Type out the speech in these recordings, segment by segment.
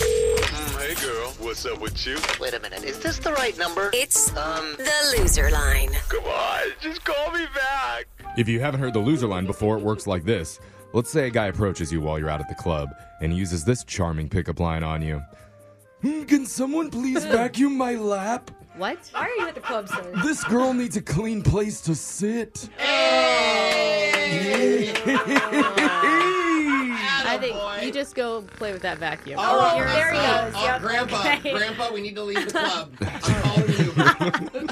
Mm, what's up with you. Wait a minute, is this the right number? It's Um, the loser line. Come on, just call me back. If you haven't heard the loser line before, it works like this. Let's say a guy approaches you while you're out at the club and he uses this charming pickup line on you. "Hmm, Can someone please vacuum my lap? What? Why are you at the club, sir? This girl needs a clean place to sit. I think you just go play with that vacuum. All right, you're- there he Grandpa. is. Oh, Yep, Grandpa, okay. Grandpa, we need to leave the club. I'm calling you.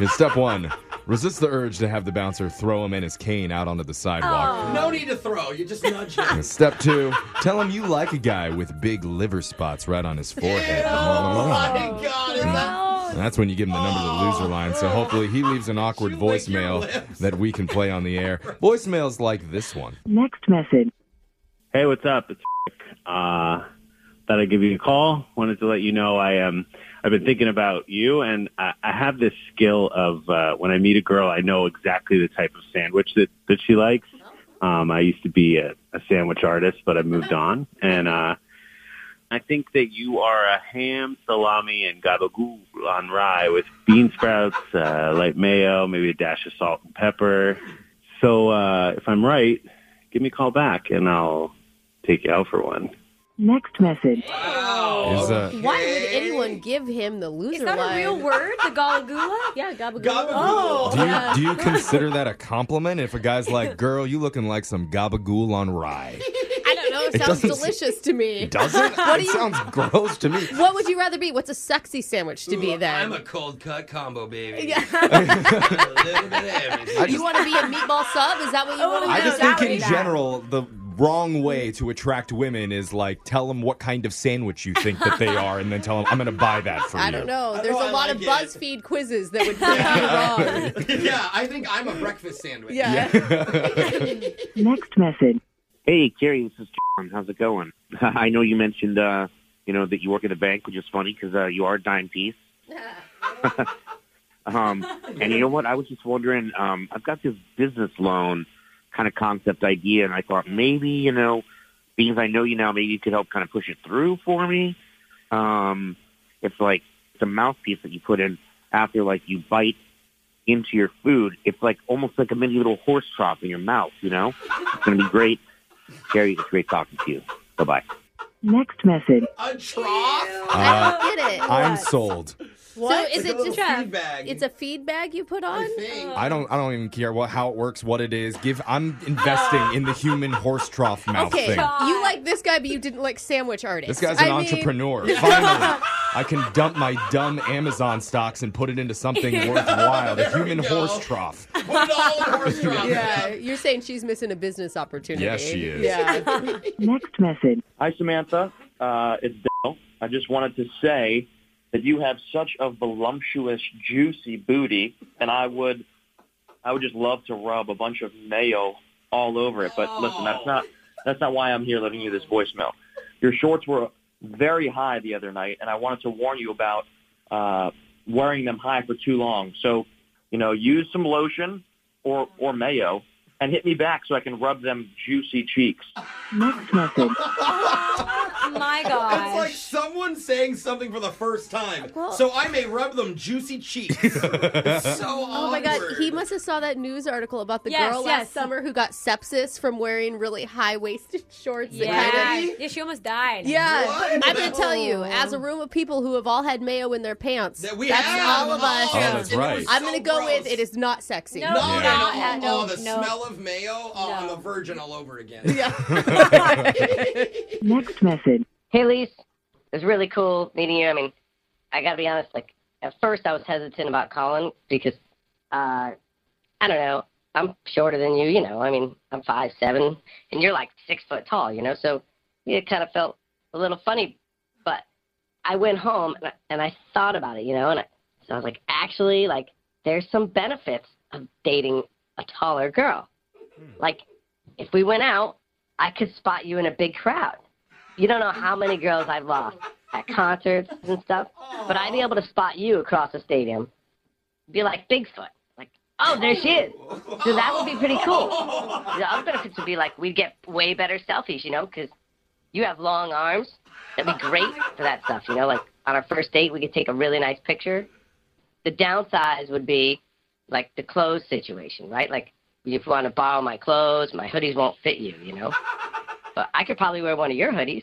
And step one, resist the urge to have the bouncer throw him and his cane out onto the sidewalk. No need to throw. You just nudge him. And step two, tell him you like a guy with big liver spots right on his forehead. Oh my God! Is that And that's when you give him the number to the loser line. So hopefully he leaves an awkward You lick your voicemail lips. that we can play on the air. Voicemails like this one. Next message. Hey, what's up? It's uh, thought I'd give you a call. Wanted to let you know I um I've been thinking about you, and I, I have this skill of uh, when I meet a girl, I know exactly the type of sandwich that that she likes. Um, I used to be a, a sandwich artist, but I moved on, and uh, I think that you are a ham, salami, and gabagool on rye with bean sprouts, uh, light mayo, maybe a dash of salt and pepper. So uh, if I'm right, give me a call back, and I'll take you out for one. Next message. Is, uh, Why would anyone give him the loser Is that line? a real word? The galagula? Yeah, gabagool. Gabagool. do, you, do you consider that a compliment if a guy's like, girl, you looking like some gabagool on rye? I don't know. It, It sounds doesn't- delicious to me. Doesn't? it sounds gross to me. What would you rather be? What's a sexy sandwich to be then? I'm a cold cut combo, baby. Yeah. a little bit of everything. I you just, want to be a meatball sub? Is that what you Oh, want to I be? just No, that think would in be bad. general, the wrong way to attract women is like, tell them what kind of sandwich you think that they are, and then tell them, I'm going to buy that for I you. don't know. I There's know I a lot like of it. BuzzFeed quizzes that would prove you wrong. yeah, I think I'm a breakfast sandwich. Yeah. Next message. Hey, Carrie, this is John. How's it going? I know you mentioned, uh, you know, that you work at a bank, which is funny because uh, you are a dime piece. um, and you know what? I was just wondering. Um, I've got this business loan kind of concept idea, and I thought maybe, you know, because I know you now, maybe you could help kind of push it through for me. Um, it's like the mouthpiece that you put in after, like you bite into your food. It's like almost like a mini little horse trough in your mouth. You know, it's gonna be great. Gary, it's great talking to you. Bye bye. Next message. A trough? Uh, I don't get it. I'm sold. What? So is it just a feedback? It's a feed bag you put on? I think. I don't. I don't even care what how it works, what it is. Give. I'm investing in the human horse trough mouth Okay, thing. you like this guy, but you didn't like sandwich artists. This guy's an I mean, entrepreneur. Finally, I can dump my dumb Amazon stocks and put it into something worthwhile. The There we human go. horse trough. Put it all in horse trough. Yeah, you're saying she's missing a business opportunity. Yes, she is. Yeah. Next message. Hi, Samantha. Uh, it's Dell. I just wanted to say that you have such a voluptuous, juicy booty, and I would, I would just love to rub a bunch of mayo all over it. But listen, that's not that's not why I'm here leaving you this voicemail. Your shorts were very high the other night, and I wanted to warn you about uh, wearing them high for too long. So, you know, use some lotion or or mayo, and hit me back so I can rub them juicy cheeks. Next message. Oh my god. It's like someone saying something for the first time. Well- so I may rub them juicy cheeks. it's so Oh my god, he must have saw that news article about the Yes, girl yes. last summer who got sepsis from wearing really high waisted shorts. that yeah. had it- yeah, she almost died. Yeah, What? I'm gonna tell you, as a room of people who have all had mayo in their pants, That we that's have. all of us. Oh, that's And it right. was I'm so gonna go gross. with it is not sexy. No, No, no, Yeah. Yeah. no. No, Oh, the no. smell of mayo. Oh, I'm No. a virgin all over again. Next message. Hey, Lise. It was really cool meeting you. I mean, I got to be honest. Like, at first, I was hesitant about calling because, uh, I don't know. I'm shorter than you. You know, I mean, I'm five seven, and you're like six foot tall. You know, so it kind of felt a little funny. But I went home and I, and I thought about it. You know, and I, so I was like, actually, like, there's some benefits of dating a taller girl. Like, if we went out, I could spot you in a big crowd. You don't know how many girls I've lost at concerts and stuff, but I'd be able to spot you across the stadium. Be like Bigfoot. Like, oh, there she is. So that would be pretty cool. The other benefits would be like we'd get way better selfies, you know, because you have long arms. That'd be great for that stuff. You know, like on our first date, we could take a really nice picture. The downsides would be like the clothes situation, right? Like if you want to borrow my clothes, my hoodies won't fit you, you know? But I could probably wear one of your hoodies.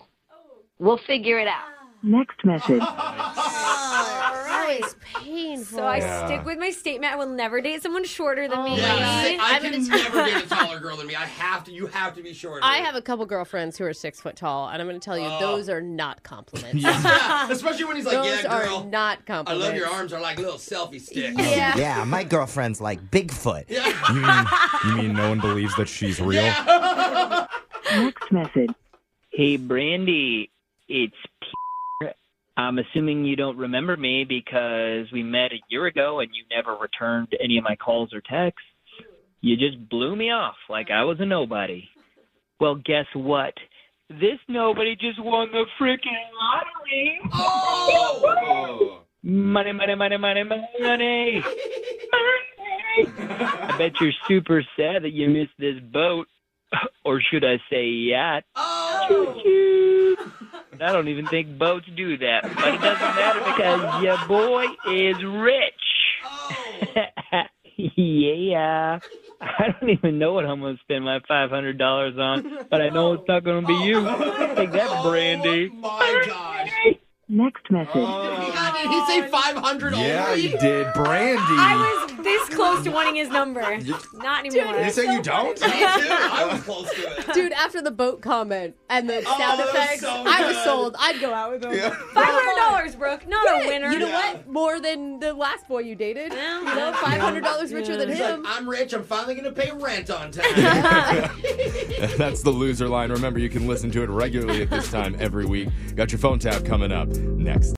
We'll figure it out. Next message. That is painful. So I Yeah. stick with my statement. I will never date someone shorter than me. Oh, Yeah. I, I mean, can it's- never date a taller girl than me. I have to. You have to be shorter. I have a couple girlfriends who are six foot tall, and I'm going to tell you, those are not compliments. Yeah, especially when he's like, Those "Yeah, are girl, not I compliments. love your arms are like little selfie sticks." Yeah. Yeah, my girlfriend's like Bigfoot. Yeah. You mean, you mean no one believes that she's real? Next message. Hey, Brandy, it's Peter. I'm assuming you don't remember me because we met a year ago and you never returned any of my calls or texts. You just blew me off like I was a nobody. Well, guess what? This nobody just won the freaking lottery. Oh. Money, money, money, money, money. money. I bet you're super sad that you missed this boat, or should I say yacht. Oh. I don't even think boats do that, but it doesn't matter because your boy is rich. Oh. yeah. I don't even know what I'm going to spend my $500 on, but I know it's not going to be you. Take that, Brandy. Oh my god. Next message. God, did he say 500 Yeah, already? you did, Brandy. I was this close to wanting his number. Not anymore. you say you don't? Me too. I was close to it. Dude, after the boat comment and the Oh, sound that was effects, so I was good. sold. I'd go out with him. Five hundred dollars, Brooke. Not a winner. You know Yeah. what? More than the last boy you dated. Yeah. You know, five hundred dollars richer than He's like, him. I'm rich. I'm finally going to pay rent on time. That's the loser line. Remember, you can listen to it regularly at this time every week. Got your phone tab coming up next.